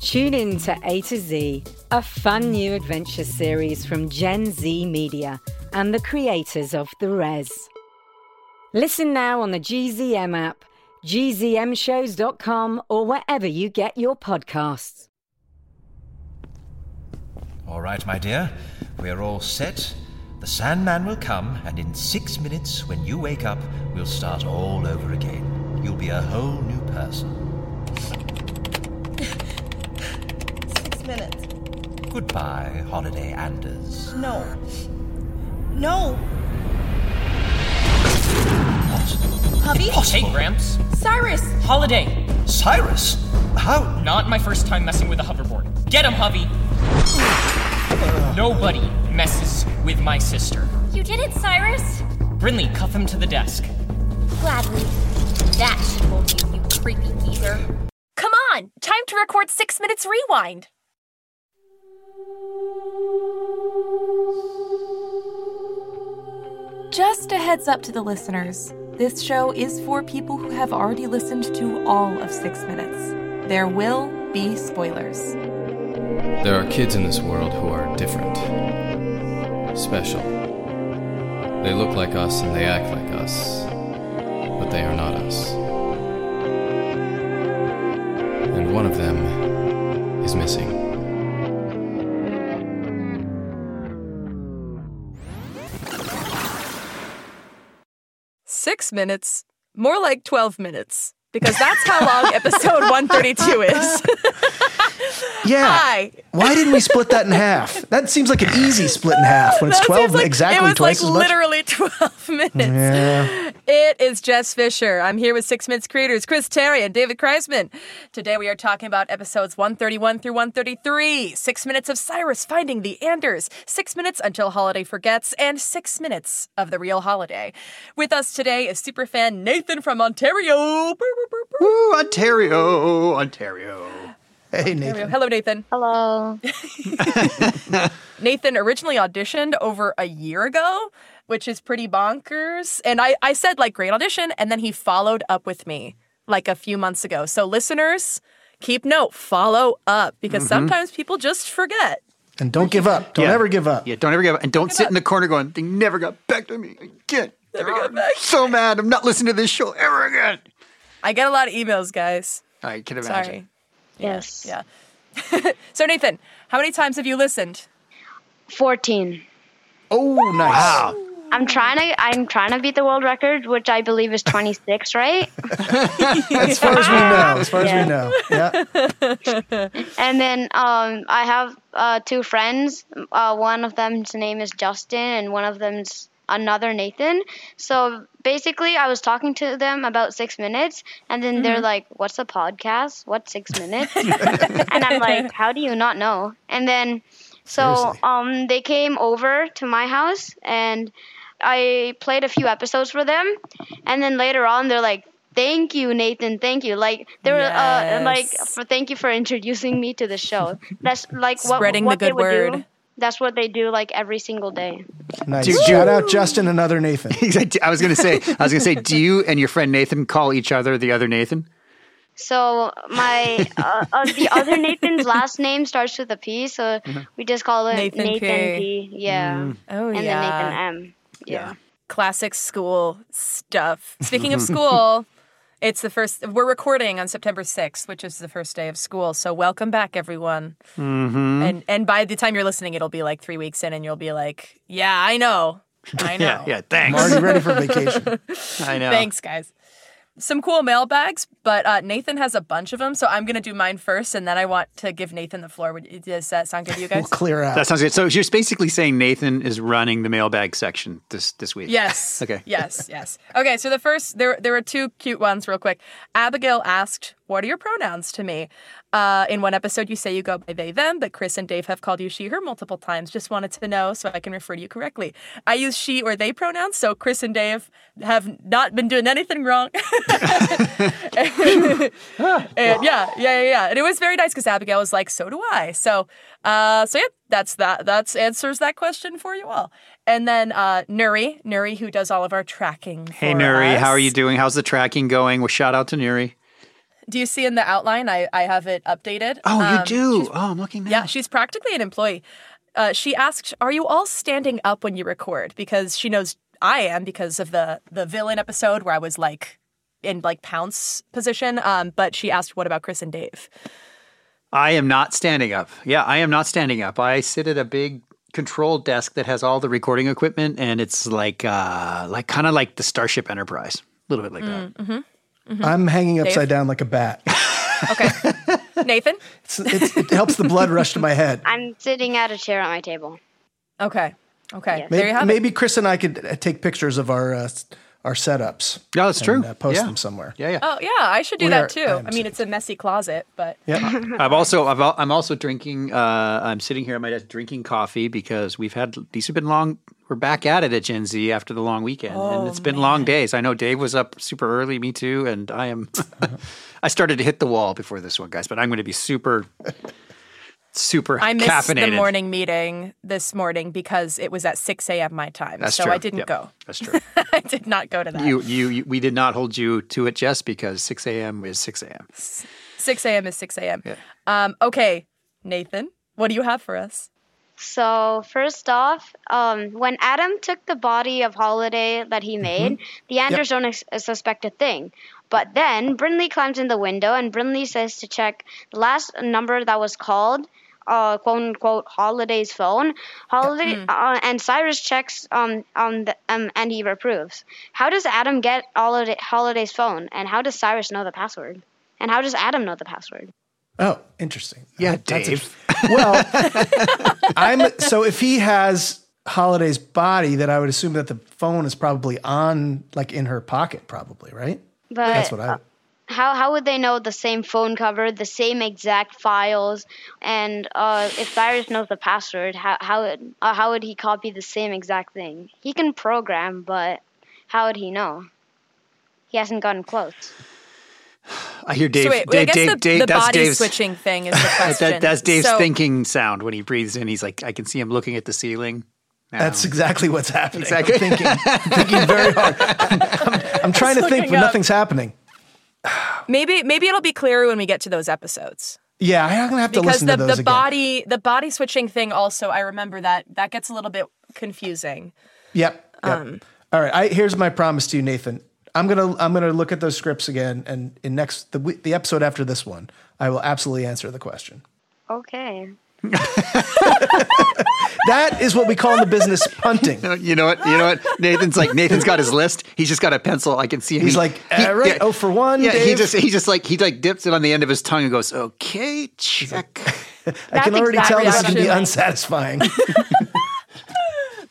Tune in to A to Z, a fun new adventure series from Gen Z Media and the creators of The Res. Listen now on the GZM app, gzmshows.com, or wherever you get your podcasts. All right, my dear. We are all set. The Sandman will come, and in six minutes, when you wake up, we'll start all over again. You'll be a whole new person. Six minutes. Goodbye, Holiday Anders. No. No. Hubby? Hey, Gramps. Cyrus! Holiday. Cyrus! How? Not my first time messing with a hoverboard. Get him, hubby. Nobody messes with my sister. You did it, Cyrus! Brinley, cuff him to the desk. Gladly. That should hold you, you creepy geezer. Come on! Time to record Six Minutes Rewind! Just a heads up to the listeners this show is for people who have already listened to all of Six Minutes. There will be spoilers. There are kids in this world who are different, special. They look like us and they act like us, but they are not us. And one of them is missing. Six minutes? More like 12 minutes, because that's how long episode 132 is. Yeah. Hi. Why didn't we split that in half? That seems like an easy split in half when it's That twelve seems like exactly It was twice like as much. literally 12 minutes. yeah. It is Jess Fisher. I'm here with Six Minutes creators Chris Terry and David Kreisman. Today we are talking about episodes 131 through 133, Six Minutes of Cyrus Finding the Anders, Six Minutes Until Holiday Forgets, and Six Minutes of the Real Holiday. With us today is superfan Nathan from Ontario. Brr, brr, brr, brr. Ooh, Ontario, Ontario. Hey Nathan. Hello, Nathan. Hello. Nathan originally auditioned over a year ago, which is pretty bonkers. And I, I said, like, great audition. And then he followed up with me like a few months ago. So, listeners, keep note, follow up because sometimes people just forget. And don't give up. Don't Yeah. ever give up. Yeah, don't ever give up. And don't sit in the corner going, they never got back to me again. Never got back. so mad. I'm not listening to this show ever again. I get a lot of emails, guys. I can imagine. Sorry. Yes. Yeah. So, Nathan, how many times have you listened? 14. Oh nice. Wow. I'm trying to I'm trying to beat the world record, which I believe is 26, right? As far as we know. As far as we know. Yeah. And then um, I have uh, two friends. Uh, one of them's name is Justin, and one of them's another Nathan. So basically, I was talking to them about six minutes, and then they're like, "What's a podcast? What six minutes?" and I'm like, "How do you not know?" And then, so Seriously. um, they came over to my house, and I played a few episodes for them, and then later on, they're like. Thank you, Nathan. Thank you. Like they were uh, like Yes. for thank you for introducing me to the show. That's like what, Spreading the what they good would do. word. That's what they do like every single day. Nice. Dude, Shout out Justin and other Nathan. I was gonna say, I was gonna say, do you and your friend Nathan call each other the other Nathan? So my uh, uh, the other Nathan's last name starts with a P, so we just call it Nathan Nathan, P. P. Yeah, Oh, and then Nathan M. Yeah. classic school stuff. Speaking of school, it's the first we're recording on September 6th, which is the first day of school. So welcome back everyone. Hmm. Mm-hmm. And and by the time you're listening it'll be like 3 weeks in and you'll be like, "Yeah, I know. I know." Yeah, yeah. Thanks. I'm already ready for vacation. I know. Thanks guys. Some cool mailbags, but uh, Nathan has a bunch of them, so I'm going to do mine first and then I want to give Nathan the floor. Would- Does that sound good to you We'll guys? clear out. That sounds good. So you're basically saying Nathan is running the mailbag section this this week. Yes. Okay. Yes. Yes. Okay. So the first, there, there were two cute ones, real quick. Abigail asked, "What are your pronouns to me?" Uh, in one episode, you say you go by they, them, but Chris and Dave have called you she, her multiple times. Just wanted to know so I can refer to you correctly. I use she or they pronouns, so Chris and Dave have not been doing anything wrong. and yeah, yeah, yeah, yeah. And it was very nice because Abigail was like, "So do I." So, uh, so yeah, that's that. That's answers that question for you all. And then uh, Nuri, Nuri, who does all of our tracking. Hey, for Nuri, us. how are you doing? How's the tracking going? Well, shout out to Nuri. Do you see in the outline? I I have it updated. Oh, you Um, do. Oh, I'm looking now. Yeah, she's practically an employee. Uh, she asked, "Are you all standing up when you record?" Because she knows I am because of the the villain episode where I was like in like pounce position. Um, but she asked, "What about Chris and Dave?" I am not standing up. Yeah, I am not standing up. I sit at a big control desk that has all the recording equipment, and it's like, uh, like kind of like the Starship Enterprise, a little bit like that. Mm-hmm. I'm hanging Dave? upside down like a bat. Nathan. It's, it's, it helps the blood rush to my head. I'm sitting at a chair at my table. Okay. Okay. Yes. Maybe, maybe Chris and I could uh, take pictures of our uh, s- our setups. No, that's and, true. uh, post Yeah. them somewhere. Yeah, yeah. Oh yeah, I should do We that are- too. I I, am mean, it's a messy closet, but I've also I've, al- I'm also drinking. Uh, I'm sitting here at my desk drinking coffee because we've had these have been long. We're back at it at Gen Z after the long weekend, Oh, and it's been long days. I know Dave was up super early, me too, and I am. I started to hit the wall before this one, guys, but I'm going to be super, super I missed the caffeinated. morning meeting this morning because it was at six a.m. my time, That's so true. I didn't Yep. go. That's true. I did not go to that. you, you, you, we did not hold you to it, Jess, because 6 a.m. is 6 a.m. 6 a.m. is 6 a.m. Yeah. Um, okay, Nathan, what do you have for us? So first off, um, when Adam took the body of Holiday that he made, the Anders don't ex- suspect a thing. But then Brinley climbs in the window, and Brinley says to check the last number that was called, uh, quote unquote, Holiday's phone. Holiday uh, and Cyrus checks um, on the, um, and he approves. How does Adam get Holiday, Holiday's phone, and how does Cyrus know the password? And how does Adam know the password? Oh, interesting. Yeah, Dave. well, I'm so if he has Holiday's body, then I would assume that the phone is probably on, like in her pocket, probably, right? But That's what Uh. I. how how would they know the same phone cover, the same exact files, and uh, if Cyrus knows the password, how how would, uh, how would he copy the same exact thing? He can program, but how would he know? He hasn't gotten close. I hear Dave. so wait, I Dave, guess Dave, the, Dave, the that's body Dave's, switching thing is the question. That, that's Dave's So- thinking sound when he breathes in. He's like, I can see him looking at the ceiling. That's exactly what's happening. Exactly. I'm thinking, I'm thinking very hard. I'm, I'm trying Just to think, looking but up. nothing's happening. Maybe maybe it'll be clearer when we get to those episodes. Yeah, I'm gonna have to because listen the, to those the again. body the body switching thing also I remember that that gets a little bit confusing. Yep. yep. Um, All right. I, here's my promise to you, Nathan. I'm gonna I'm gonna look at those scripts again, and in next the we- the episode after this one, I will absolutely answer the question. Okay. That is what we call in the business punting. You know what? You know what? Nathan's like Nathan's got his list. He's just got a pencil. I can see him. He's He- like, he- uh, right, yeah. oh for one. Yeah, he Dave. just he just like he like dips it on the end of his tongue and goes, "Okay, check." I can That's already exactly tell this is what gonna be I'm unsatisfying.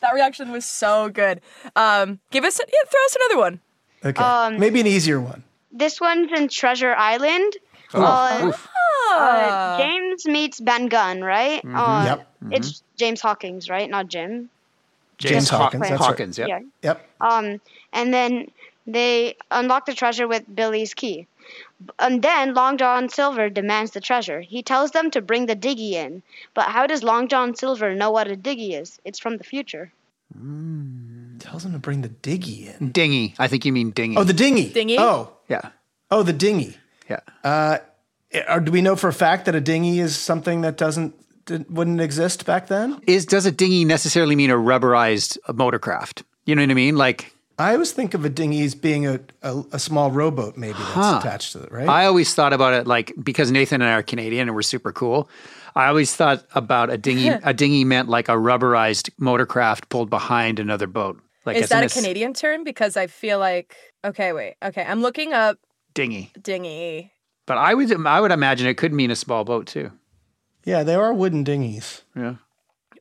That reaction was so good. Um, give us yeah, throw us another one. okay, Um, maybe an easier one. This one's in Treasure Island. Oof, uh, oof. Ah. uh, James meets Ben Gunn, right? Uh, Yep. It's James Hawkins, right? Not Jim. James Haw- Hawkins, that's right. Hawkins. Yeah. Yep. Um, and then they unlock the treasure with Billy's key. And then Long John Silver demands the treasure. He tells them to bring the diggy in. But how does Long John Silver know what a diggy is? It's from the future. Tells him to bring the diggy in. Dingy. I think you mean dingy. Oh, the dinghy. Dinghy? Oh, yeah. oh, the dinghy. Yeah. Uh, or do we know for a fact that a dinghy is something that doesn't did, wouldn't exist back then? Is does a dinghy necessarily mean a rubberized motorcraft? You know what I mean? Like I always think of a dinghy as being a, a, a small rowboat, maybe that's attached to it, right? I always thought about it like because Nathan and I are Canadian and we're super cool. I always thought about a dinghy. a dinghy meant like a rubberized motorcraft pulled behind another boat. Like is it's in that a this Canadian term? Because I feel like okay, wait, okay, I'm looking up dinghy? dinghy. But I would I would imagine it could mean a small boat too. yeah, there are wooden dinghies, Yeah.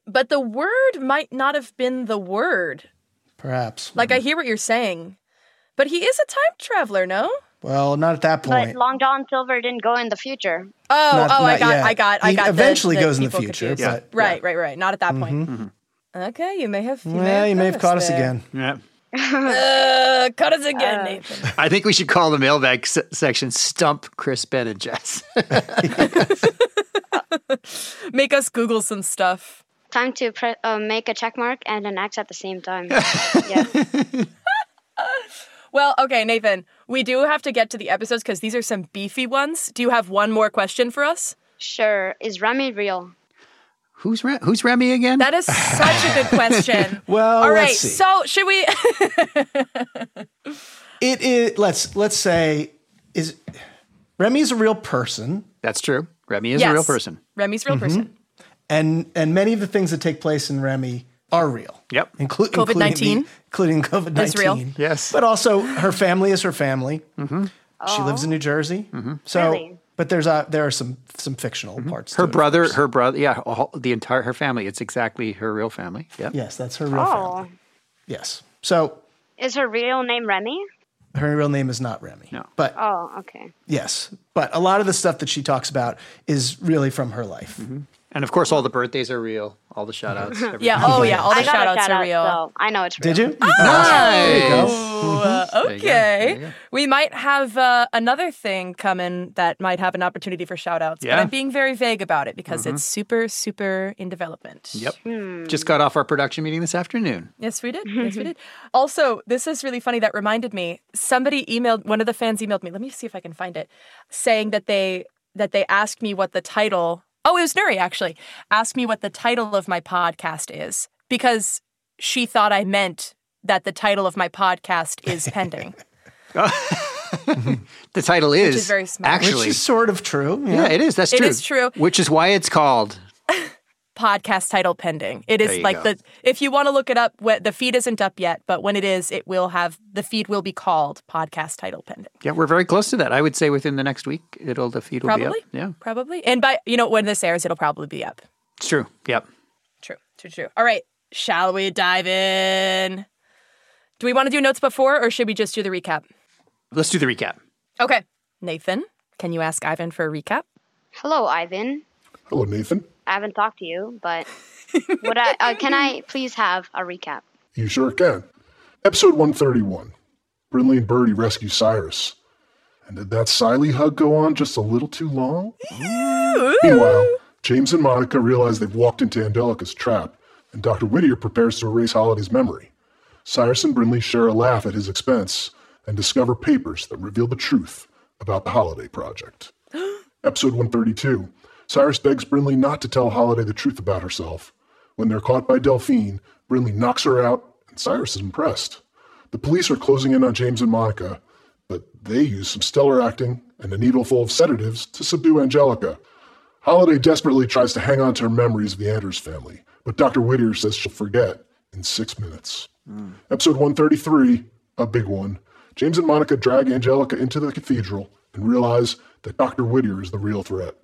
But the word might not have been the word. perhaps. Mm-hmm. Like I hear what you're saying. But he is a time traveler, no? Well, not at that But point. Long John Silver didn't go in the future. Oh, Not- oh, I not got, yet. I got, I He got. eventually goes in the people future, confused. but- right, right, right. Not at that point. Mm-hmm. Mhm. Okay, you may have. You may Well, have you may have caught us there. again. Yeah. uh, cut us again, Nathan. I think we should call the mailbag se- section Stump Chris, Ben, and Jess. Make us Google some stuff. Time to pre- uh, make a check mark and an X at the same time. Well, okay, Nathan, we do have to get to the episodes because these are some beefy ones. Do you have one more question for us? Sure. Is Remy real? who's Re- who's Remy again? That is such a good question. Well, All right, Oh, let's see. so should we? it is. Let's let's say is Remy is a real person. That's true. Remy is a real Yes. person. Remy's a real Mhm. person. and and many of the things that take place in Remy are real. Yep. Inclu- COVID-19? including, the- including COVID Is real. nineteen. Yes, Mm-hmm. but also her family is her family. She lives in New Jersey. So, Really? but there's a, there are some some fictional parts. Mm-hmm. Her to it. brother, her brother, yeah, all, the entire her family. It's exactly her real family. Yep. Yes, that's her real family. Oh. Yes. So Is her real name Remy? her real name is not Remy. No. But Oh, okay. yes, but a lot of the stuff that she talks about is really from her life. And of course, all the birthdays are real. All the shout outs. Yeah, oh, yeah, all the I got a shout-outs are shout-out, real. so I know it's real. Did you? There you go. Oh, Mhm. There you go. There you okay. We might have uh, another thing coming that might have an opportunity for shout outs, Yeah. but I'm being very vague about it because Mhm. it's super, super in development. Hmm. Yep. Just got off our production meeting this afternoon. Yes, we did. Yes, we did. Also, this is really funny. That reminded me. Somebody emailed one of the fans emailed me. Let me see if I can find it, saying that they that they asked me what the title. Oh, it was Nuri actually. Asked me what the title of my podcast is because she thought I meant that the title of my podcast is pending. The title Which is, is very smart. actually Which is sort of true. yeah. it is. That's It true. is true. Which is why it's called. podcast title pending. It There is you like go. the if you want to look it up, wh- the feed isn't up yet, but when it is, it will have the feed will be called podcast title pending. Yeah, we're very close to that. I would say within the next week, it'll the feed will be up. Probably. Yeah, Probably. And by you know when this airs, it'll probably be up. it's true. Yep. True. True. True. All right. Shall we dive in? Do we want to do notes before, or should we just do the recap? Let's do the recap. Okay. Nathan, can you ask Ivan for a recap? Hello, Ivan. Hello, Nathan. I haven't talked to you, but would I? Uh, can I please have a recap? You sure can. Episode 131. Brindley and Birdie rescue Cyrus. And did that Siley hug go on just a little too long? Meanwhile, James and Monica realize they've walked into Angelica's trap, and Dr. Whittier prepares to erase Holiday's memory. Cyrus and Brindley share a laugh at his expense and discover papers that reveal the truth about the Holiday Project. Episode 132. Cyrus begs Brindley not to tell Holiday the truth about herself. When they're caught by Delphine, Brindley knocks her out, and Cyrus is impressed. The police are closing in on James and Monica, but they use some stellar acting and a needle full of sedatives to subdue Angelica. Holiday desperately tries to hang on to her memories of the Anders family, but Dr. Whittier says she'll forget in six minutes. Mm. Episode 133, a big one. James and Monica drag Angelica into the cathedral and realize that Dr. Whittier is the real threat.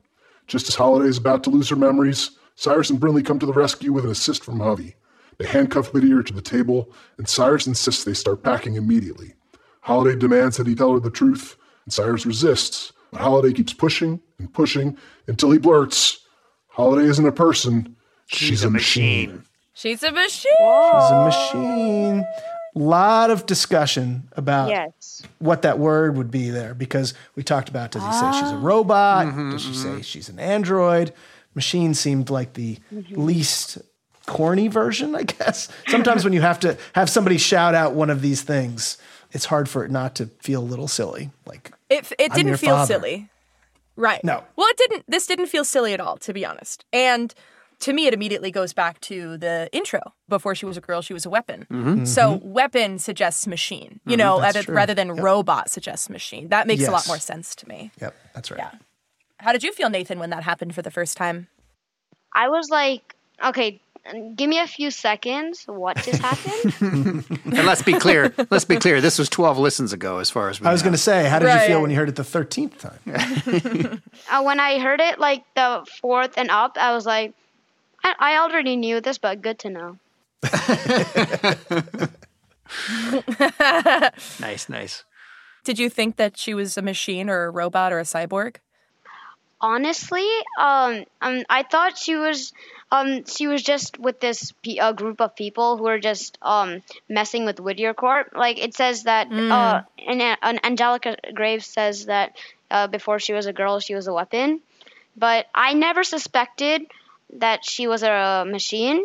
Just as Holiday is about to lose her memories, Cyrus and Brindley come to the rescue with an assist from Hovey. They handcuff Whittier to the table, and Cyrus insists they start packing immediately. Holiday demands that he tell her the truth, and Cyrus resists, but Holiday keeps pushing and pushing until he blurts, Holiday isn't a person, she's, a machine. She's a machine. She's a machine. lot of discussion about Yes. what that word would be there because we talked about does he say Ah. she's a robot? does she say she's an android? Machine seemed like the Mm-hmm. least corny version, I guess. Sometimes when you have to have somebody shout out one of these things, it's hard for it not to feel a little silly. Like It it I'm didn't your feel father. silly. Right. No. Well, it didn't this didn't feel silly at all, to be honest. And to me it immediately goes back to the intro. Before she was a girl, she was a weapon. Mm-hmm. Mhm. So weapon suggests machine, you Mhm, know, that's rather, true. rather than Yep. robot suggests machine. That makes a lot Yes. more sense to me. Yep, that's right. How did you feel, Nathan, when that happened for the first time? I was like, okay, give me a few seconds. What just happened? And let's be clear. let's be clear. This was twelve listens ago, as far as we I was know. going to say, how did you Right. feel when you heard it the 13th time? uh, when I heard it, like the fourth and up, I was like, I, I already knew this, but good to know. Nice, nice. did you think that she was a machine or a robot or a cyborg? honestly, um, um, I thought she was, um, she was just with this pe- uh, group of people who are just um messing with Whittier Corp. Like it says that, Mm. uh, and, and Angelica Graves says that uh, before she was a girl, she was a weapon. But I never suspected that she was a machine.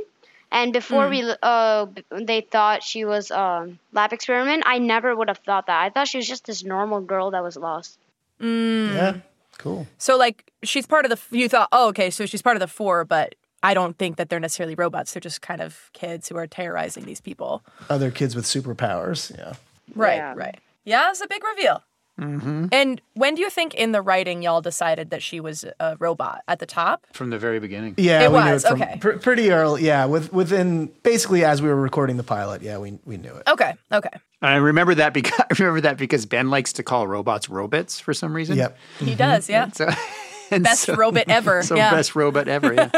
And before Mm. we, l- uh, b- they thought she was a lab experiment. I never would have thought that. I thought she was just this normal girl that was lost. Mm. Yeah. Cool. So like she's part of the. f- You thought, oh, okay, so she's part of the four, but I don't think that they're necessarily robots. They're just kind of kids who are terrorizing these people. Other kids with superpowers. Yeah. Right. Right. Yeah, it's a big reveal. Mm-hmm. And when do you think in the writing y'all decided that she was a robot at the top? From the very beginning. Yeah, It we knew was, it from okay. pr- pretty early. Yeah, with within basically as we were recording the pilot. Yeah, we we knew it. Okay. Okay. I remember that because I remember that because Ben likes to call robots robots for some reason. Yep. He does. Yeah. Mm-hmm. So, best robot ever. So yeah. best robot ever. Yeah.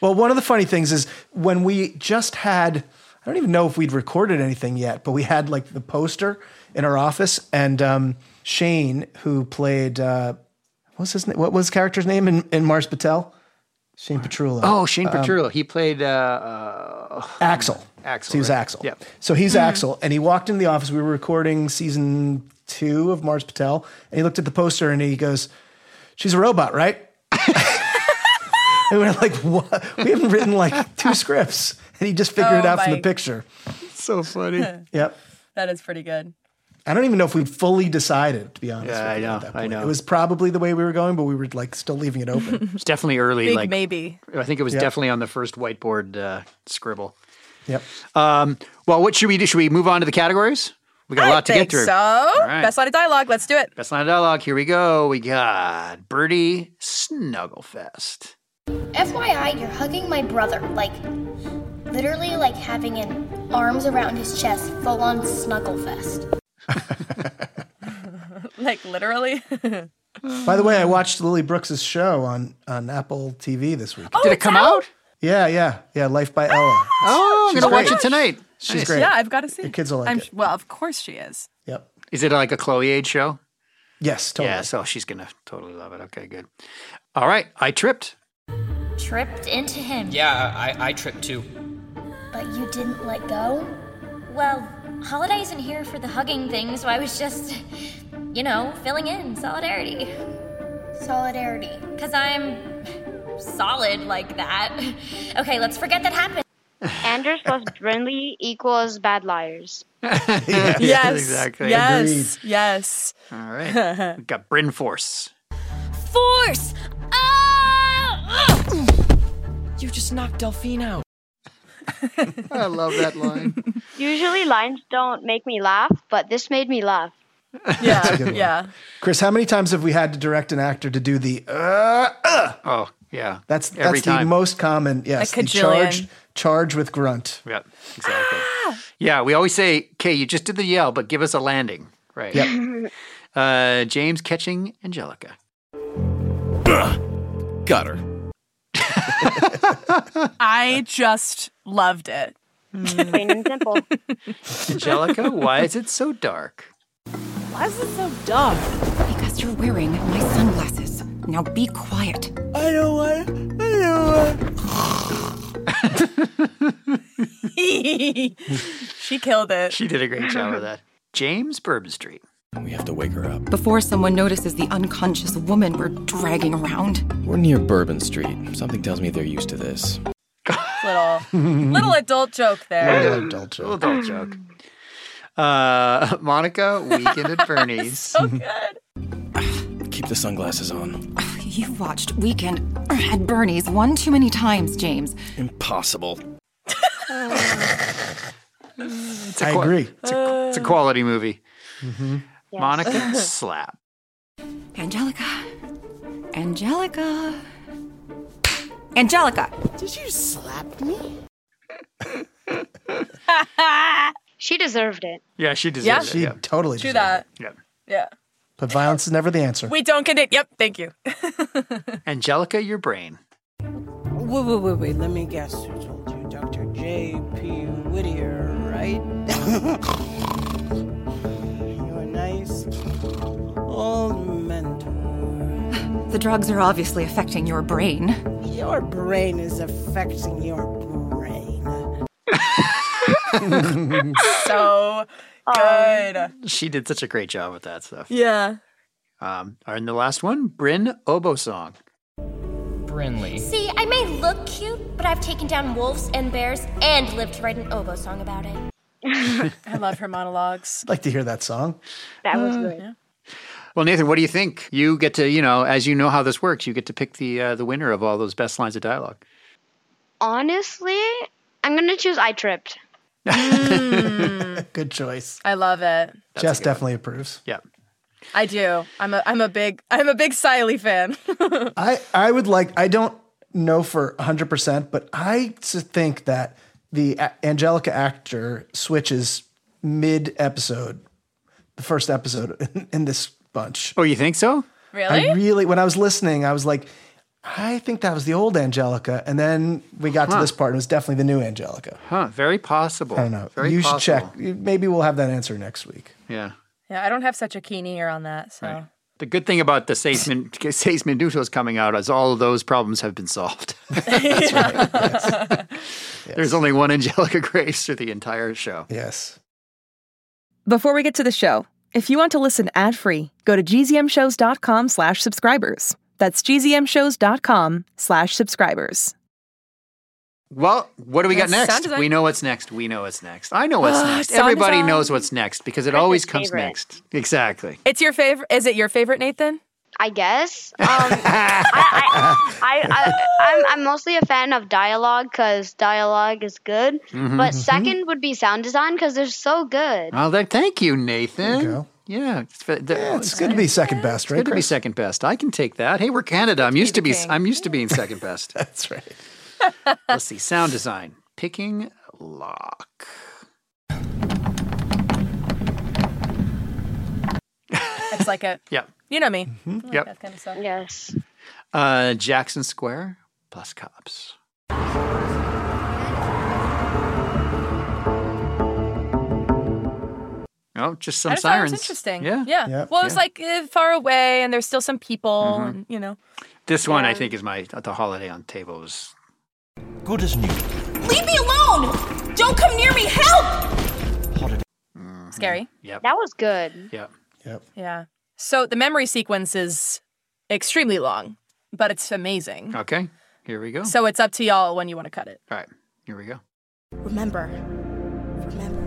Well, one of the funny things is when we just had, I don't even know if we'd recorded anything yet, but we had like the poster in our office, and um, Shane, who played, uh, what was his name? What was the character's name in, in Mars Patel? Shane Petrulo. oh, Shane Um, Petrillo. he played uh, uh, Axel. Axel. So he was right? Axel. Yeah. So Hmm. he's Axel, and he walked into the office. We were recording season two of Mars Patel, and he looked at the poster and he goes, "She's a robot, right?" and we are like, "What? We haven't written like two scripts," and he just figured it Oh out from my- the picture. So funny. Yep. That is pretty good. I don't even know if we fully decided, to be honest. Yeah, I with you, know, At that I point. know. It was probably the way we were going, but we were like still leaving it open. It's definitely early. Big like maybe. I think it was Yeah. definitely on the first whiteboard uh, scribble. Yep. Um, well, what should we do? Should we move on to the categories? We got a I lot to think get through. So, All right. best line of dialogue. Let's do it. Best line of dialogue. Here we go. We got Birdie Snugglefest. FYI, you're hugging my brother, like literally like having an arms around his chest, full on snuggle fest. Like literally. By the way, I watched Lily Brooks' show on on Apple TV this week. Did it Oh, it's come out? Yeah, yeah, yeah. Life by Ella. Oh, I'm She's gonna watch great. it tonight. She's great. Yeah, I've got to see. Your kids will like I'm, it. Well, of course she is. Yep. Is it like a Chloe Aid show? Yes, totally. Yeah, so she's gonna totally love it. Okay, good. All right, I tripped. Tripped into him, Yeah, I, I tripped too. but you didn't let go? Well, Holiday isn't here for the hugging thing, so I was just, you know, filling in solidarity. Solidarity. Because I'm solid like that. Okay, let's forget that happened. Anders plus Brinley equals bad liars. yes, Yes, exactly. Yes. Yes. All right. We got Bryn Force. Force! Oh! Ah! You just knocked Delphine out. I love that line. Usually lines don't make me laugh, but this made me laugh. That's a good one. Yeah. Chris, how many times have we had to direct an actor to do the? Uh, uh? Oh, yeah. That's that's Every the time. most common. Yes, the cajillion. charge charge with grunt. Yep, exactly. Yeah, we always say, "Okay, you just did the yell, but give us a landing." Right. Yep. Uh, James catching Angelica. Got her. I just loved it. Mm. Plain and simple. Angelica, why is it so dark? Why is it so dumb? Because you're wearing my sunglasses. Now be quiet. I don't want. I don't want. she killed it. She did a great job of that. James Bourbon Street. We have to wake her up. Before someone notices the unconscious woman we're dragging around. We're near Bourbon Street. Something tells me they're used to this. Little little adult joke there. Little adult joke. Little adult joke. Uh, Monica, weekend at Bernie's. so good. Keep the sunglasses on. You've watched Weekend at Bernie's one too many times, James. Impossible. a I qua- agree. It's a, it's a quality movie. Mm-hmm. Monica Yes. slap. Angelica. Angelica. Angelica. Did you slap me? she deserved it. Yeah, she deserved Yeah. it. She yeah. totally Do deserved that. Yep. Yeah. it. But violence is never the answer. We don't get it. Yep. Thank you. Angelica, your brain. Wait, wait, wait, wait. Let me guess who told you. Dr. J.P. Whittier, right? You're nice. The drugs are obviously affecting your brain. Your brain is affecting your brain. so good. Um, She did such a great job with that stuff. yeah. Um, and the last one, Bryn Obo Song. Brinley. See, I may look cute, but I've taken down wolves and bears and lived to write an oboe song about it. I love her monologues. I'd like to hear that song. That Mm, was good. Yeah. Well, Nathan, what do you think? You get to, you know, as you know how this works, you get to pick the uh, the winner of all those best lines of dialogue. Honestly, I'm gonna choose I tripped. Good choice. I love it. Jess definitely approves. Yeah. I do. I'm a I'm a big I'm a big Siley fan. I, I would like, I don't know for 100%, but I s- think that the A- Angelica actor switches mid episode, the first episode in, in this bunch. Oh, you think so? I really, when I was listening, I was like, I think that was the old Angelica. And then we got Huh. to this part and it was definitely the new Angelica. Huh? Very possible. I don't know. Very you should possible. check. Maybe we'll have that answer next week. Yeah. yeah, I don't have such a keen ear on that, so The good thing about the Seismin Dutos coming out is all of those problems have been solved. There's only one Angelica Grace through the entire show. Yes. Before we get to the show, if you want to listen ad-free, go to gzmshows.com slash subscribers. That's gzmshows.com slash subscribers. Well, what do we got Yes, sound next? design. We know what's next. We know what's next. I know what's Ah, next. sound Everybody design. knows what's next because it That's always his comes favorite. next. Exactly. It's your favorite is it your favorite, Nathan? I guess. Um, I, I, I, I'm, I'm mostly a fan of dialogue because dialogue is good. Mhm. But Mhm. second would be sound design because they're so good. Oh, that, thank you, Nathan. There you go. Yeah, it's, fa- the- It's good to be second best, it's right? good to be Chris? second best. I can take that. Hey, we're Canada. I'm used to be. I'm used to being second best. That's right. Let's see. Sound design. Picking lock. It's like a Yep. you know me. I like Mm-hmm. Yep. that kind of stuff. Yes. Uh, Jackson Square plus cops. Oh, just some I just thought it sirens. was interesting. Yeah. Yeah. Well, it was Yeah. like uh, far away and there's still some people Mhm. and you know. This one, I think, is my the holiday on table was Good as new. Leave me alone! Don't come near me! Help! Scary. Yep. That was good. Yep. Yep. Yeah. So the memory sequence is extremely long, but it's amazing. Okay. Here we go. So it's up to y'all when you want to cut it. All right. Here we go. Remember. Remember.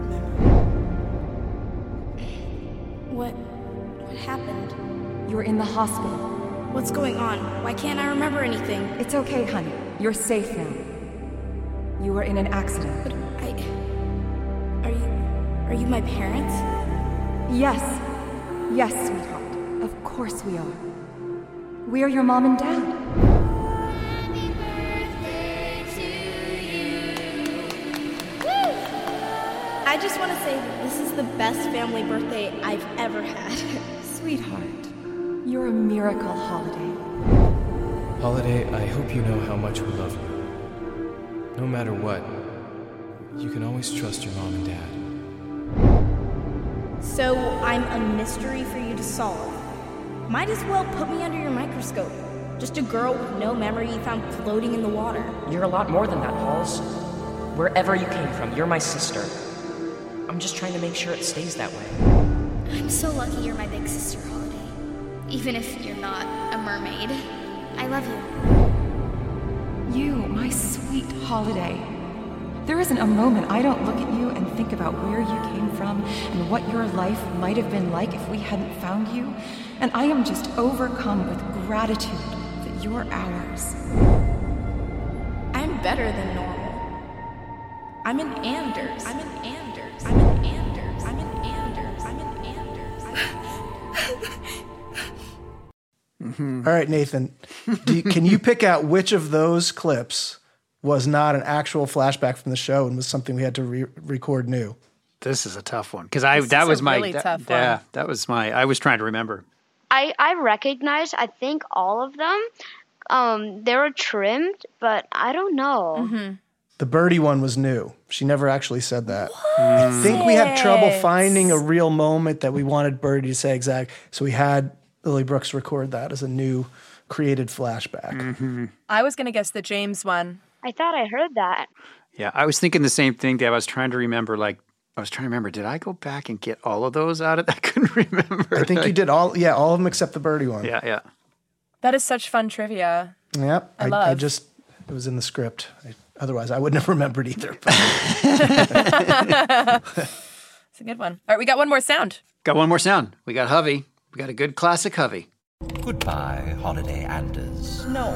Remember. What what happened? You're in the hospital. What's going on? Why can't I remember anything? It's okay, honey. You're safe now. You were in an accident. I Are you are you my parents? Yes. Yes, sweetheart. Of course we are. We're your mom and dad. I just want to say that this is the best family birthday I've ever had. Sweetheart, you're a miracle holiday. Holiday, I hope you know how much we love you. No matter what, you can always trust your mom and dad. So I'm a mystery for you to solve. Might as well put me under your microscope. Just a girl with no memory you found floating in the water. You're a lot more than that, Halls. Wherever you came from, you're my sister. I'm just trying to make sure it stays that way. I'm so lucky you're my big sister, Holiday. Even if you're not a mermaid, I love you. You, my sweet holiday. There isn't a moment I don't look at you and think about where you came from and what your life might have been like if we hadn't found you. And I am just overcome with gratitude that you're ours. I'm better than normal. I'm an Anders. I'm an Anders. I'm an Anders. I'm an Anders. I'm an Anders. I'm an Anders. Mm-hmm. All right, Nathan, do you, can you pick out which of those clips was not an actual flashback from the show and was something we had to re- record new? This is a tough one because I This that is a was my really that- tough one. yeah that was my I was trying to remember. I, I recognize, I think, Mm-hmm. all of them. Um, they were trimmed, but I don't know. The birdie one was new. She never actually said that. I think we had trouble What? finding a real moment that we wanted Birdie to say exact. So we had Lily Brooks record that as a new created flashback. Mm-hmm. I was gonna guess the James one. I thought I heard that. Yeah, I was thinking the same thing, Deb. I was trying to remember, like, I was trying to remember, did I go back and get all of those out of that? I couldn't remember. I think you did all, yeah, all of them except the Birdie one. Yeah, yeah. That is such fun trivia. Yep. I I, I, love. just, it was in the script. I, otherwise, I wouldn't have remembered either. It's a good one. All right, we got one more sound. Got one more sound. We got Hovey. We got a good classic Hovey. Goodbye, Holiday Anders. No.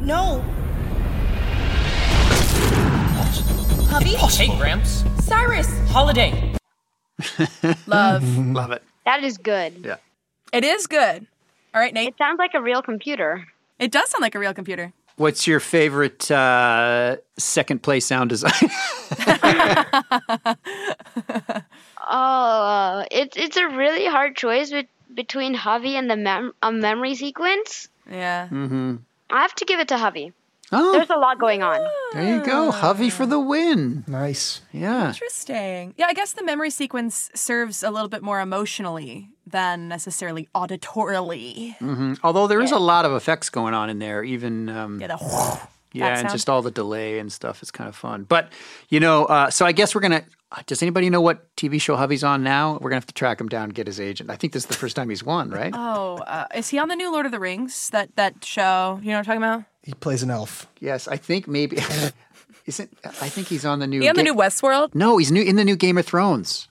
No. Hubby? Hey, Gramps. Cyrus. Holiday. Love. Love it. That is good. Yeah. It is good. All right, Nate. It sounds like a real computer. It does sound like a real computer. What's your favorite uh, second place sound design? Oh, uh, it's it's a really hard choice bet between Javi and the mem- a memory sequence. Yeah. mm-hmm. I have to give it to Javi. Oh. There's a lot going on. There you go. Hovey for the win. Nice. Yeah. Interesting. Yeah, I guess the memory sequence serves a little bit more emotionally than necessarily auditorily. hmm Although there is a lot of effects going on in there, even um, yeah, that and sound. just all the delay and stuff is kind of fun. But you know, uh, so I guess we're gonna. uh, Does anybody know what TV show Hovey's on now? We're gonna have to track him down, and get his agent. I think this is the first time he's won, right? Oh, uh, is he on the new Lord of the Rings? That that show? You know what I'm talking about? he plays an elf. Yes, I think maybe. Isn't I think he's on the new. He on the Ga- new Westworld? No, he's new in the new Game of Thrones.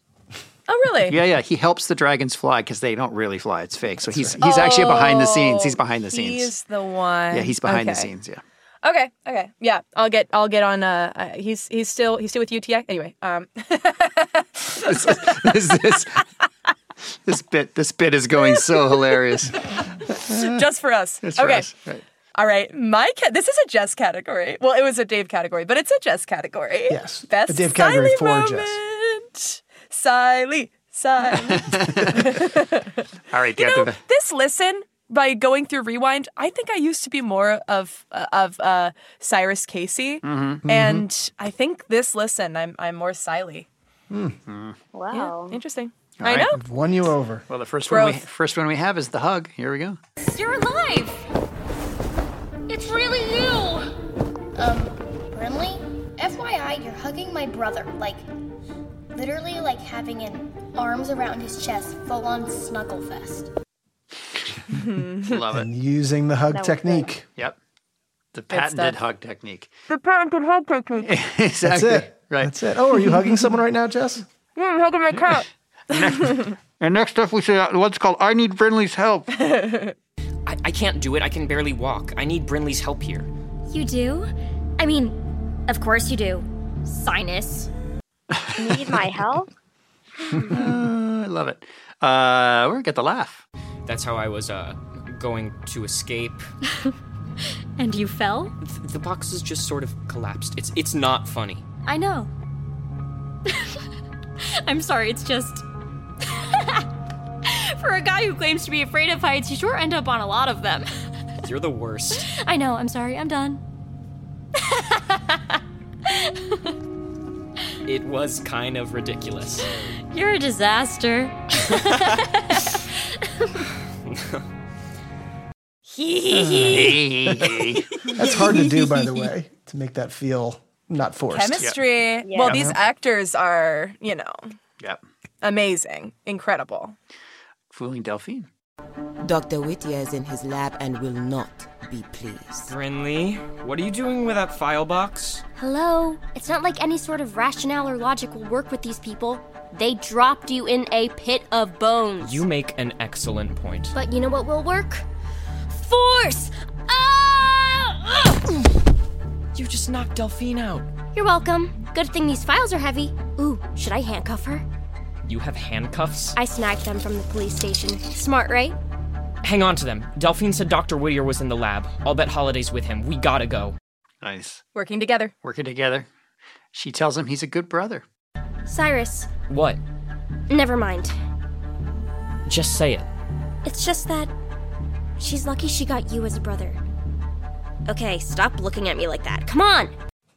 Oh, really? Yeah, yeah. He helps the dragons fly because they don't really fly; it's fake. So he's he's actually behind the scenes. He's behind the scenes. Oh, He's the one. yeah, he's behind the Okay. scenes. Yeah. Okay, okay, yeah. I'll get I'll get on. Uh, uh, he's he's still he's still with UTI anyway. Um, this, this, this, this bit this bit is going so hilarious. just for us. It's for okay. us, right. All right, my cat. This is a Jess category. Well, it was a Dave category, but it's a Jess category. Yes. Best a Dave category Siley for moment. Jess. Siley, Siley. All right, you Deb, know, the- this listen by going through rewind. I think I used to be more of of uh, Cyrus Casey, Mhm. Mhm. and I think this listen, I'm I'm more Siley. Hmm. Mm. Wow, interesting. All I right. know. Won you over. Well, the first one we Growth. first one we have is the hug. Here we go. You're alive! It's really you! Um, Brinley? FYI, you're hugging my brother. Like, literally, like having an arms around his chest, full on snuggle fest. Love it. And using the hug That was good. technique. Yep. The stuff. patented hug technique. The patented hug technique. exactly. That's it. Right. That's it. Oh, are you hugging someone right now, Jess? Yeah, Mm, I'm hugging my cat. And next up, we should uh, what's called "I Need Brinley's Help." I, I can't do it. I can barely walk. I need Brinley's help here. You do? I mean, of course you do. Sinus. Need my help? Uh, I love it. Uh, we get the laugh. That's how I was uh, going to escape. And you fell? Th- the boxes just sort of collapsed. It's it's not funny. I know. I'm sorry, it's just. For a guy who claims to be afraid of heights, you sure end up on a lot of them. You're the worst. I know, I'm sorry, I'm done. It was kind of ridiculous. You're a disaster. That's hard to do, by the way, to make that feel not forced. Chemistry. Well, Yeah. these Uh-huh. actors are, you know, Yep. amazing, incredible. Fooling Delphine. Dr. Whittier is in his lab and will not be pleased. Brinley, what are you doing with that file box? Hello? It's not like any sort of rationale or logic will work with these people. They dropped you in a pit of bones. You make an excellent point. But you know what will work? Force! Ah! You just knocked Delphine out. You're welcome. Good thing these files are heavy. Ooh, should I handcuff her? You have handcuffs? I snagged them from the police station. Smart, right? Hang on to them. Delphine said Dr. Whittier was in the lab. I'll bet Holiday's with him. We gotta go. Nice. Working together. Working together. She tells him he's a good brother. Cyrus, What? never mind. Just say it. It's just that she's lucky she got you as a brother. Okay, stop looking at me like that. Come on!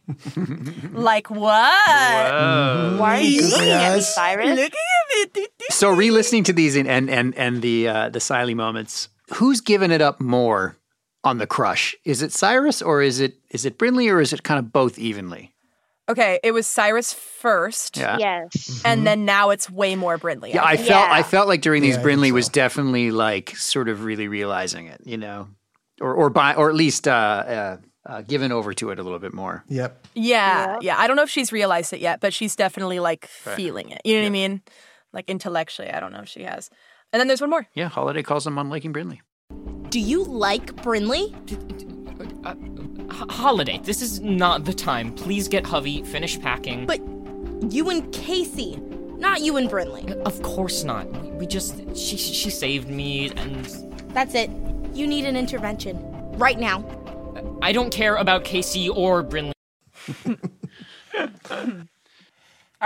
like what? Mm-hmm. Whoa. Why are you looking at me, Yes. Cyrus? Look at me. So re-listening to these and and and, and the uh, the Siley moments, who's given it up more on the crush? Is it Cyrus or is it is it Brinley or is it kind of both evenly? Okay, it was Cyrus first. Yeah. Mm-hmm. Yes. And then now it's way more Brindley. Yeah, I think. felt I felt like during these Yeah, I think Brinley was definitely like sort of really realizing it, you know, or or by or at least uh, uh, uh, given over to it a little bit more. Yep. Yeah, yeah, I don't know if she's realized it yet, but she's definitely like Right. feeling it. You know what I mean? Like intellectually, I don't know if she has. And then there's one more. Yeah, Holiday calls him on liking Brinley. Do you like Brinley? H- Holiday, this is not the time. Please get Hovey, finish packing. But you and Casey, not you and Brinley. Of course not. We- We just she she saved me and That's it. You need an intervention. Right now. I don't care about Casey or Brinley. All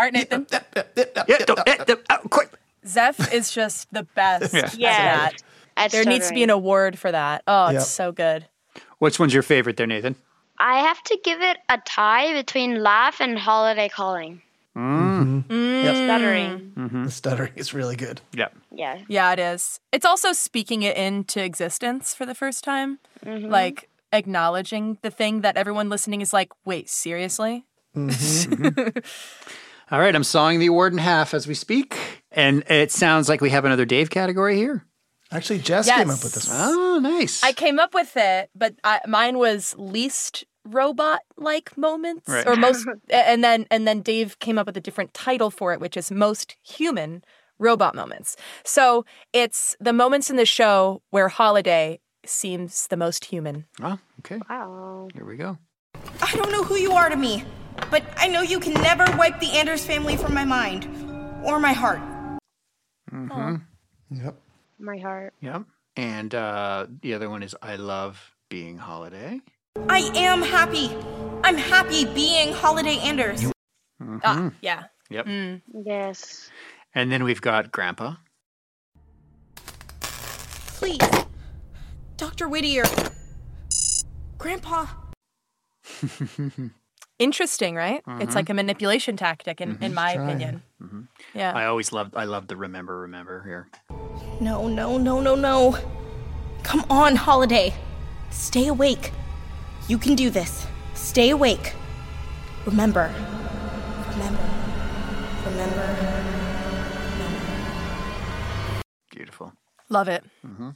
right, Nathan. eh, Zeph is just the best. oh, Yeah. at Yeah. that. There needs to be an award for that. Oh, Yep. it's so good. Which one's your favorite there, Nathan? I have to give it a tie between laugh and holiday calling. Mm-hmm. Stuttering. Mm-hmm. The stuttering is really good. Yep. Yeah. Yeah, it is. It's also speaking it into existence for the first time. Like acknowledging the thing that everyone listening is like, wait, seriously? All right, I'm sawing the award in half as we speak, and it sounds like we have another Dave category here. Actually, Jess came Yes. up with this one. Oh, nice. I came up with it, but I, mine was least robot-like moments, Right. or most, and then and then Dave came up with a different title for it, which is most human robot moments. So it's the moments in the show where Holiday seems the most human. Oh, okay. Wow. Oh, Here we go. I don't know who you are to me, but I know you can never wipe the Anders family from my mind or my heart. Oh. Mm-hmm. Yep. My heart. Yep. And uh, the other one is I love being holiday. I am happy. I'm happy being Holiday Anders. Ah, yeah. Mm-hmm. Yep. Yes. And then we've got Grandpa. Please. Dr. Whittier. Grandpa. Interesting, right? Mhm. It's like a manipulation tactic, in, in my Trying. opinion. Yeah. Mm-hmm. I always loved I love the remember remember here. No, no, no, no, no. Come on, Holiday. Stay awake. You can do this. Stay awake. Remember. Remember. Remember. Beautiful. Love it. hmm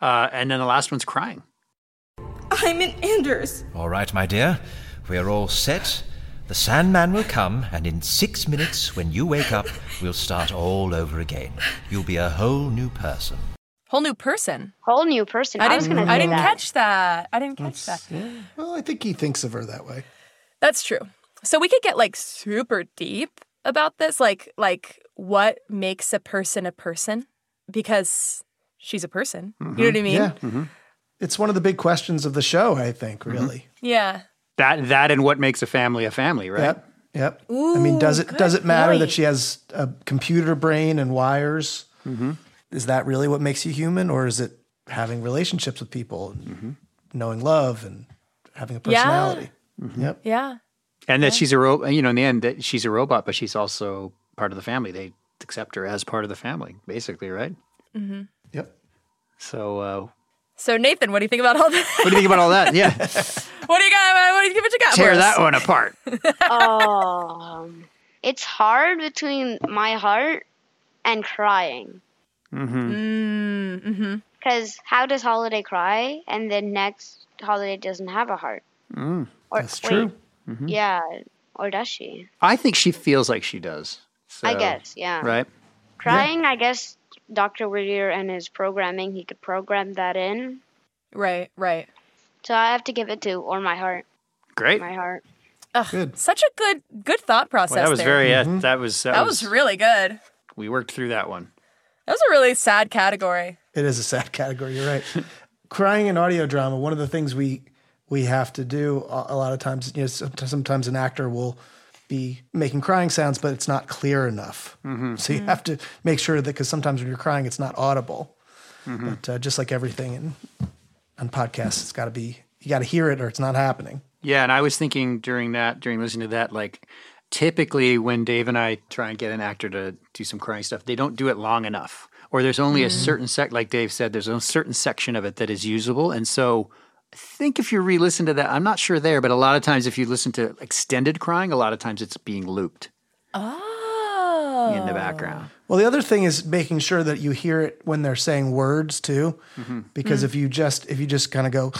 Uh, and then the last one's crying. I'm an Anders. All right, my dear, we are all set. The Sandman will come, and in six minutes, when you wake up, we'll start all over again. You'll be a whole new person. Whole new person. Whole new person. I I, didn't, was gonna I say didn't that. catch that. I didn't catch that. That's- Well, I think he thinks of her that way. That's true. So we could get like super deep about this, like like what makes a person a person, because she's a person. Mm-hmm. You know what I mean? Yeah. It's one of the big questions of the show, I think, really. Yeah. That that and what makes a family a family, right? Yep. Yep. I mean, does Ooh, it does good it matter that point. she has a computer brain and wires? Is that really what makes you human, or is it having relationships with people, and knowing love, and having a Yeah. personality? Yep. Yeah. And that she's a ro- you know in the end that she's a robot, but she's also part of the family. They accept her as part of the family, basically, right? hmm Yep. So uh, So Nathan, what do you think about all that? what do you think about all that? Yeah, what do you got? What do you what you got? for tear us? that one apart. um, it's hard between my heart and crying. Mm-hmm. Mm, Mm-hmm. Because how does Holiday cry and the next Holiday doesn't have a heart? Mm. Or, That's true. Mhm. Yeah. Or does she? I think she feels like she does. So, I guess, yeah. Right. Crying, I guess Dr. Whittier and his programming, he could program that in. Right. Right. So I have to give it to Or My Heart. Great. My Heart. Ugh, Such a good good thought process. Well, that was there. very. uh, Mm-hmm. that was. That, That was really good. We worked through that one. That was a really sad category. It is a sad category. You're right. Crying in audio drama. One of the things we we have to do a, a lot of times. You know, somet- sometimes an actor will be making crying sounds, but it's not clear enough. Mm-hmm. So Mm. Mm-hmm. you have to make sure that because sometimes when you're crying, it's not audible. Hmm. Mm-hmm. But uh, just like everything in on podcasts, it's got to be you got to hear it or it's not happening. Yeah, and I was thinking during that, during listening to that, like typically when Dave and I try and get an actor to do some crying stuff, they don't do it long enough, or there's only a Mm-hmm. Mm. certain sec. Like Dave said, there's a certain section of it that is usable, and so I think if you re-listen to that, I'm not sure there, but a lot of times if you listen to extended crying, a lot of times it's being looped Oh. in the background. Well, the other thing is making sure that you hear it when they're saying words too, Mhm. because if you just if you just kind of go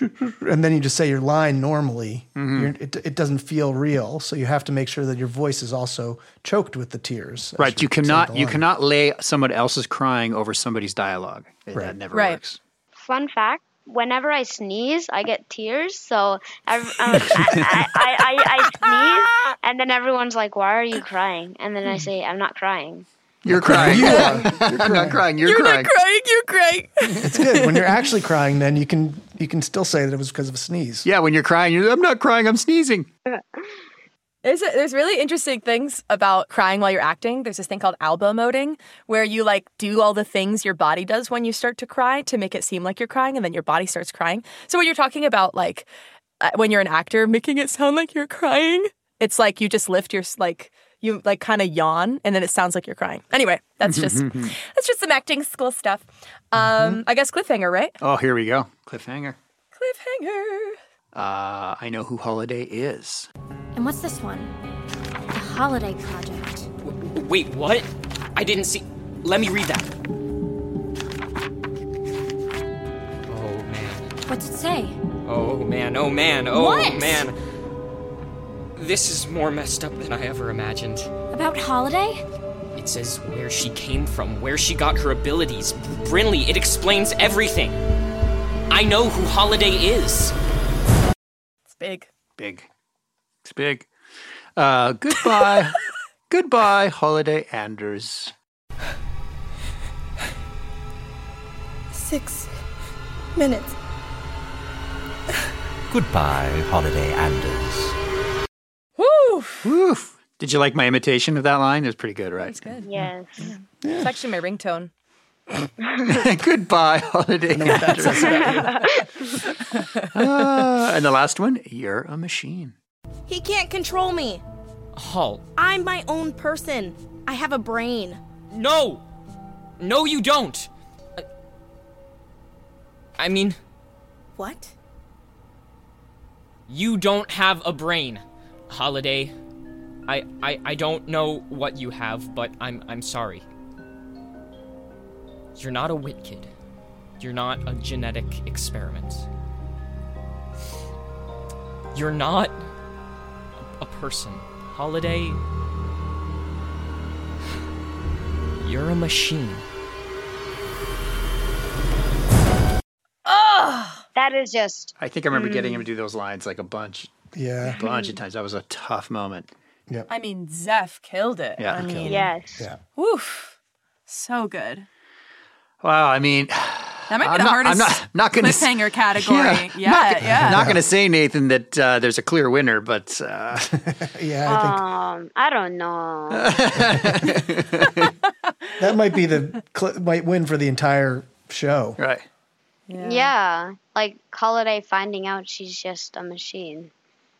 and then you just say your line normally, Mhm. you're, it it doesn't feel real. So you have to make sure that your voice is also choked with the tears. as Right, you recite cannot the you line. cannot lay someone else's crying over somebody's dialogue. It- That never Right. works. Fun fact. Whenever I sneeze, I get tears. So ev- um, I, I, I, I sneeze, and then everyone's like, "Why are you crying?" And then I say, "I'm not crying." You're crying. You are. I'm not crying. Hmm. You're, crying. crying. You're crying. It's good when you're actually crying. Then you can you can still say that it was because of a sneeze. Yeah, when you're crying, you're I'm not crying. I'm sneezing. There's a, there's really interesting things about crying while you're acting. There's this thing called albo moding, where you like do all the things your body does when you start to cry to make it seem like you're crying, and then your body starts crying. So when you're talking about like uh, when you're an actor making it sound like you're crying, it's like you just lift your s- like you like kind of yawn, and then it sounds like you're crying. Anyway, that's just that's just some acting school stuff. Um, Mm-hmm. I guess cliffhanger, right? oh, here we go. Cliffhanger. Cliffhanger. Uh, I know who Holiday is. And what's this one? The Holiday Project. Wait, what? I didn't see. Let me read that. Oh man. What's it say? Oh man. Oh man. Oh What? man. This is more messed up than I ever imagined. About Holiday? It says where she came from, where she got her abilities. Brinley, it explains everything. I know who Holiday is. It's big. Big. It's big. Uh, goodbye. goodbye, Holiday Anders. Six minutes. Goodbye, Holiday Anders. Woof. Woof. Did you like my imitation of that line? It was pretty good, right? It's good. Yes. It's actually my ringtone. goodbye, Holiday Anders. Uh, and the last one, you're a machine. He can't control me. Halt. I'm my own person. I have a brain. No! No, you don't! I mean, What? you don't have a brain, Holiday. I, I I don't know what you have, but I'm I'm sorry. You're not a wit kid. You're not a genetic experiment. You're not a person. Holiday. You're a machine. That is just. I think I remember getting Mm. him to do those lines like a bunch, Yeah. a bunch of times. That was a tough moment. I mean, Zeph killed it. Yeah, I he mean, killed it. Yes. Yeah. Woof. So good. Wow, I mean, That might be I'm the not- hardest I'm not, not gonna s- cliffhanger category. Yeah, yeah. not, Not going to say Nathan that uh, there's a clear winner, but uh, Yeah, Um, I don't know. that might be the cl- might win for the entire show. Right. Yeah. like Holiday finding out she's just a machine.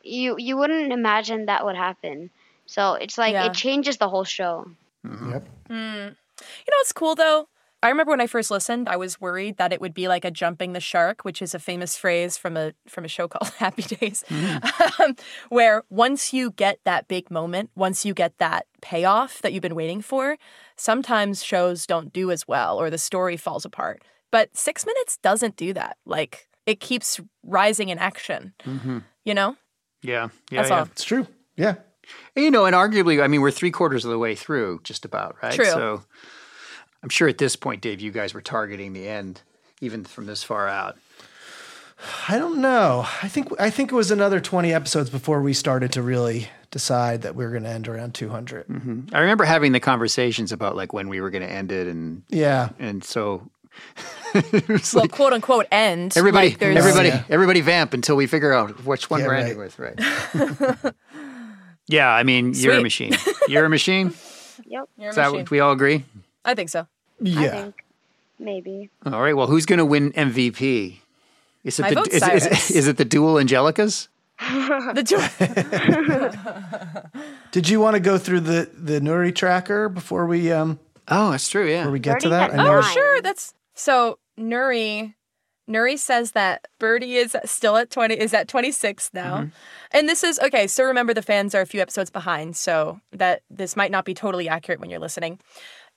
You you wouldn't imagine that would happen. So it's like Yeah. it changes the whole show. Yep. Mm. You know what's cool though? I remember when I first listened, I was worried that it would be like a jumping the shark, which is a famous phrase from a from a show called Happy Days, Mm-hmm. um, where once you get that big moment, once you get that payoff that you've been waiting for, sometimes shows don't do as well or the story falls apart. But 6 minutes doesn't do that. Like it keeps rising in action, Mhm. you know? yeah, yeah, Mm-hmm. That's yeah. all. It's true. Yeah. You know, and arguably, I mean, we're three quarters of the way through, just about, right? True. So I'm sure at this point, Dave, you guys were targeting the end, even from this far out. I don't know. I think I think it was another 20 episodes before we started to really decide that we were going to end around 200. Mhm. I remember having the conversations about like when we were going to end it, and Yeah. and so well, quote unquote end. everybody, like, there's- everybody, everybody, vamp until we figure out which one Yeah, we're right. ending with, right? yeah, I mean, you're a Sweet. machine. You're a machine. Yep. You're Is that what we all agree? I think so. I think maybe. All right. Well, who's going to win MVP? Is it I the vote is, is, Cyrus. is it the dual Angelicas? the door. Did you want to go through the the Nuri tracker before we um? Oh, that's true. Yeah. Before we get to that, I know- oh, sure. That's so Nuri. Nuri says that Birdie is still at twenty. Is at twenty six now, Mm-hmm. and this is okay. So remember, the fans are a few episodes behind, so that this might not be totally accurate when you're listening.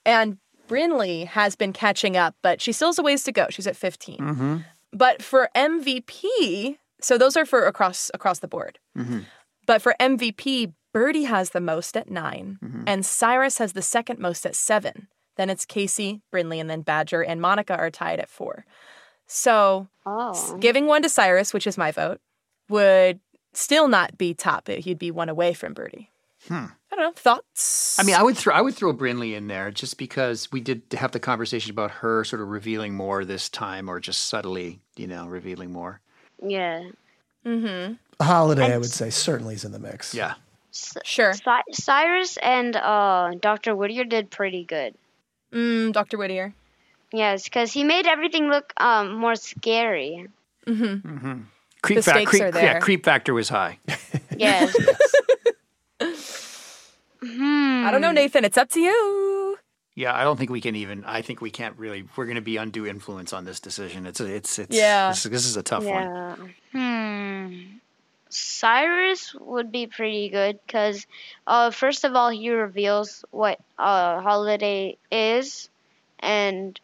And Brinley has been catching up, but she still has a ways to go. She's at fifteen. Mm-hmm. But for MVP, so those are for across across the board. Mm-hmm. But for MVP, Birdie has the most at 9 and Cyrus has the second most at seven. Then it's Casey, Brinley, and then Badger and Monica are tied at four. So s- giving one to Cyrus, which is my vote, would still not be top. He'd be one away from Birdie. Hmm. I don't know. Thoughts? I mean, I would throw I would throw Brinley in there just because we did have the conversation about her sort of revealing more this time, or just subtly, you know, revealing more. Yeah. Mm-hmm. Holiday, I would say, certainly is in the mix. Yeah. Sure. Cyrus and uh, Dr. Whittier did pretty good. Mm, Dr. Whittier. Yes, because he made everything look um, more scary. Mm-hmm. Mm-hmm. The fac- stakes creep, are Yeah, there. creep factor was high. Yes. I don't know, Nathan. It's up to you. Yeah, I don't think we can even. I think we can't really. We're going to be undue influence on this decision. It's a, it's it's. Yeah. This, this is a tough one. yeah. Hmm. Cyrus would be pretty good because, uh, first of all, he reveals what uh, holiday is, and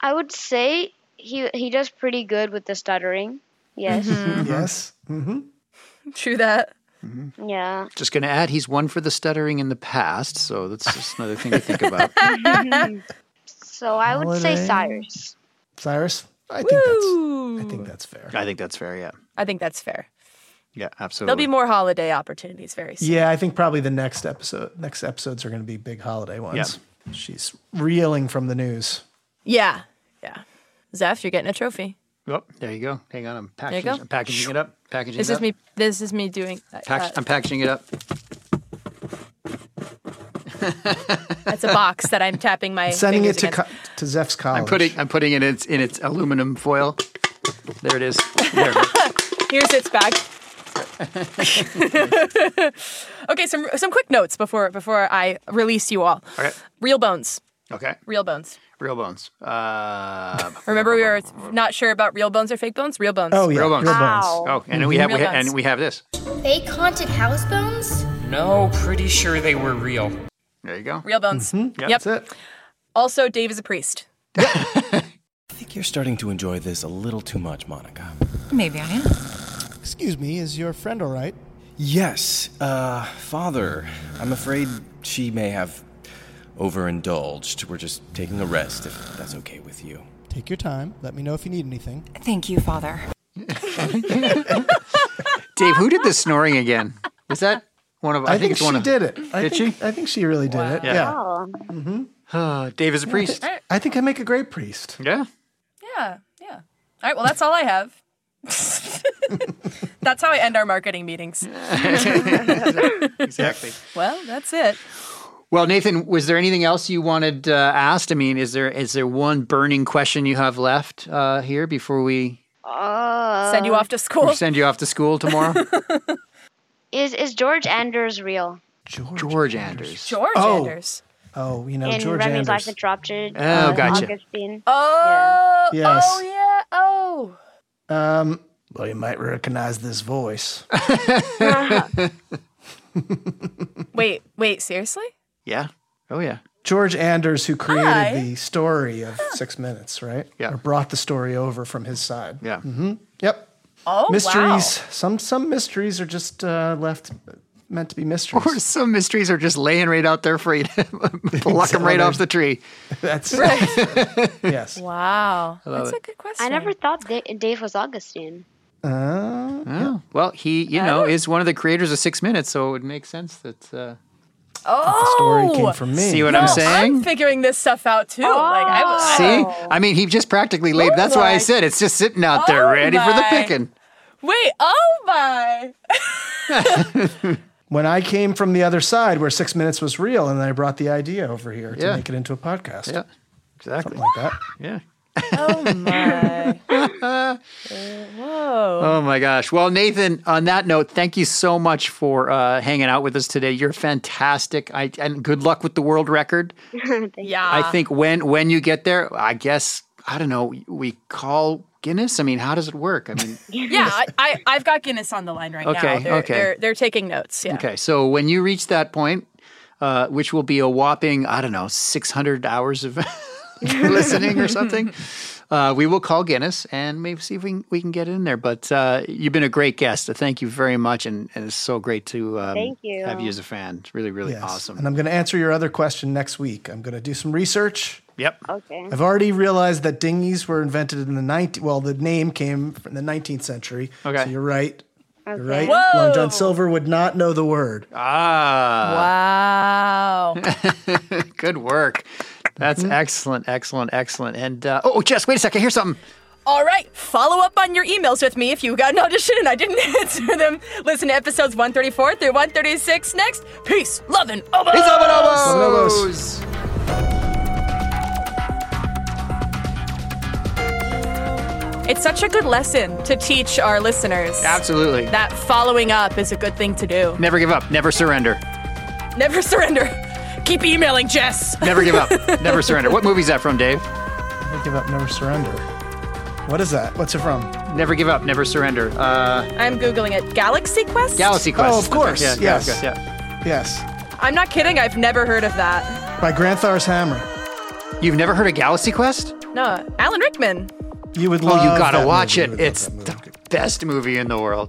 I would say he he does pretty good with the stuttering. Yes. yes. Mm-hmm. True that. Yeah. Mm-hmm. Just going to add, he's one for the stuttering in the past, so that's just another thing to think about. so I would say Holiday. Cyrus. Cyrus, I think that's I think that's fair. I think that's fair. Yeah. I think that's fair. Yeah. Absolutely. There'll be more holiday opportunities very soon. Yeah, I think probably the next episode, next episodes are going to be big holiday ones. She's reeling from the news. Yeah. Yeah. Zeph, you're getting a trophy. Yep. Oh, There you go. Hang on. I'm you packaging, go. I'm packaging it up. Packaging This it is up. me. This is me doing. uh, Pack- I'm packaging it up. that's a box that I'm tapping my. Sending fingers it to against. co- to Zeph's college. I'm putting I'm putting it in its in its aluminum foil. There it is. There. Here's its bag. okay, some some quick notes before before I release you all. Okay. Real bones. Okay. Real bones. Real bones. Uh, Remember, we were not sure about real bones or fake bones. Real bones. Oh, Real bones. Wow. Oh, and then we have Real we ha- bones. and we have this. Fake haunted house bones? No, pretty sure they were real. There you go. Real bones. Mm-hmm. Yep. Yep. That's it. Also, Dave is a priest. I think you're starting to enjoy this a little too much, Monica. Maybe I am. Excuse me, is your friend all right? Yes, uh, Father, I'm afraid she may have overindulged. We're just taking a rest, if that's okay with you. Take your time. Let me know if you need anything. Thank you, Father. Dave, who did the snoring again? Was that one of? I, think, it's she one of, did it. I did think, I think she really did it. Yeah. Yeah. Mm-hmm. Dave is a priest. I think I make a great priest. Yeah. Yeah. Yeah. All right. Well, that's all I have. that's how I end our marketing meetings. Exactly. well, that's it. Well, Nathan, was there anything else you wanted uh, asked? I mean, is there is there one burning question you have left uh, here before we uh, Send you off to school. send you off to school tomorrow? Is is George Anders real? George, Anders. George Oh. Anders. Oh, you know in George Remy's Life Anders. that dropped uh, it. Oh, gotcha. Augustine. Oh, Yes. oh yeah. Oh. Um, well, you might recognize this voice. Wait, wait, seriously? yeah. Oh yeah. George Anders, who created Hi. the story of Six Minutes, right? Yeah. Or brought the story over from his side. Yeah. hmm Yep. Oh, mysteries. Some some mysteries are just uh, left meant to be mysteries. Or some mysteries are just laying right out there for you to pluck them right off the tree. That's yes. Wow. I love That's it. a good question. I never thought Da- Dave was Augustine. Uh, Oh, Well, he, you know, is one of the creators of Six Minutes, so it would make sense that. Uh, Oh. story came from me. See what No, I'm saying? I'm figuring this stuff out too. Like I was See, I mean, he just practically laid. Oh That's why my- I said it's just sitting out there, Oh ready for the my. picking. Wait, oh my. When I came from the other side, where Six Minutes was real, and I brought the idea over here to Yeah. make it into a podcast. Yeah. Exactly. Something like that. Yeah. Oh my. Uh, whoa. Oh my gosh. Well, Nathan, on that note, thank you so much for uh, hanging out with us today. You're fantastic. I, and good luck with the world record. yeah. Ah. I think when when you get there, I guess I don't know, we call Guinness. I mean, how does it work? I mean, Yeah, I, I, I've got Guinness on the line right now. Okay, They're, okay. They're, they're taking notes. Yeah. okay. So when you reach that point, uh, which will be a whopping, I don't know, 600 hours of listening or something, uh, we will call Guinness and maybe see if we can, we can get in there. But uh, you've been a great guest. Thank you very much. And, and it's so great to um, Thank you. have you as a fan. It's really, really awesome. And I'm going to answer your other question next week. I'm going to do some research. Yep. Okay. I've already realized that dinghies were invented in the 19th. Well, the name came from the 19th century. Okay. So you're right. You're Okay. right. Whoa! Long John Silver would not know the word. Ah. Wow. Good work. That's Mm-hmm. excellent, excellent, excellent. And uh, oh, Jess, wait a second. Here's something. All right, follow up on your emails with me if you got an audition and I didn't answer them. Listen to episodes 134 through 136 next. Peace, love, and obos! Peace, love, and obos! Love and obos. It's such a good lesson to teach our listeners. Absolutely. That following up is a good thing to do. Never give up. Never surrender. Never surrender. Keep emailing Jess. Never give up. never surrender. What movie's that from, Dave? Never give up, never surrender. What is that? What's it from? Never give up. Never surrender. Uh, I'm Googling it. Galaxy Quest? Galaxy Quest. Oh, of course. Yeah, yes. Galaxy Quest, yeah. Yes. I'm not kidding. I've never heard of that. By Granthar's Hammer. You've never heard of Galaxy Quest? No, Alan Rickman. You would Oh, love you gotta that watch movie. it. It's the best movie in the world.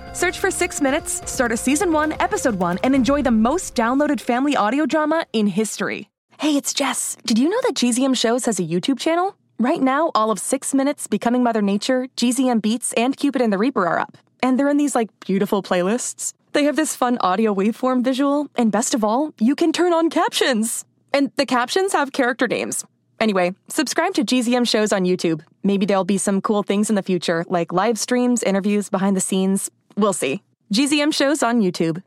Search for Six Minutes, start a season one, episode one, and enjoy the most downloaded family audio drama in history. Hey, it's Jess. Did you know that GZM Shows has a YouTube channel? Right now, all of Six Minutes, Becoming Mother Nature, GZM Beats, and Cupid and the Reaper are up. And they're in these, like, beautiful playlists. They have this fun audio waveform visual, and best of all, you can turn on captions. And the captions have character names. Anyway, subscribe to GZM shows on YouTube. Maybe there'll be some cool things in the future, like live streams, interviews, behind the scenes. We'll see. GZM shows on YouTube.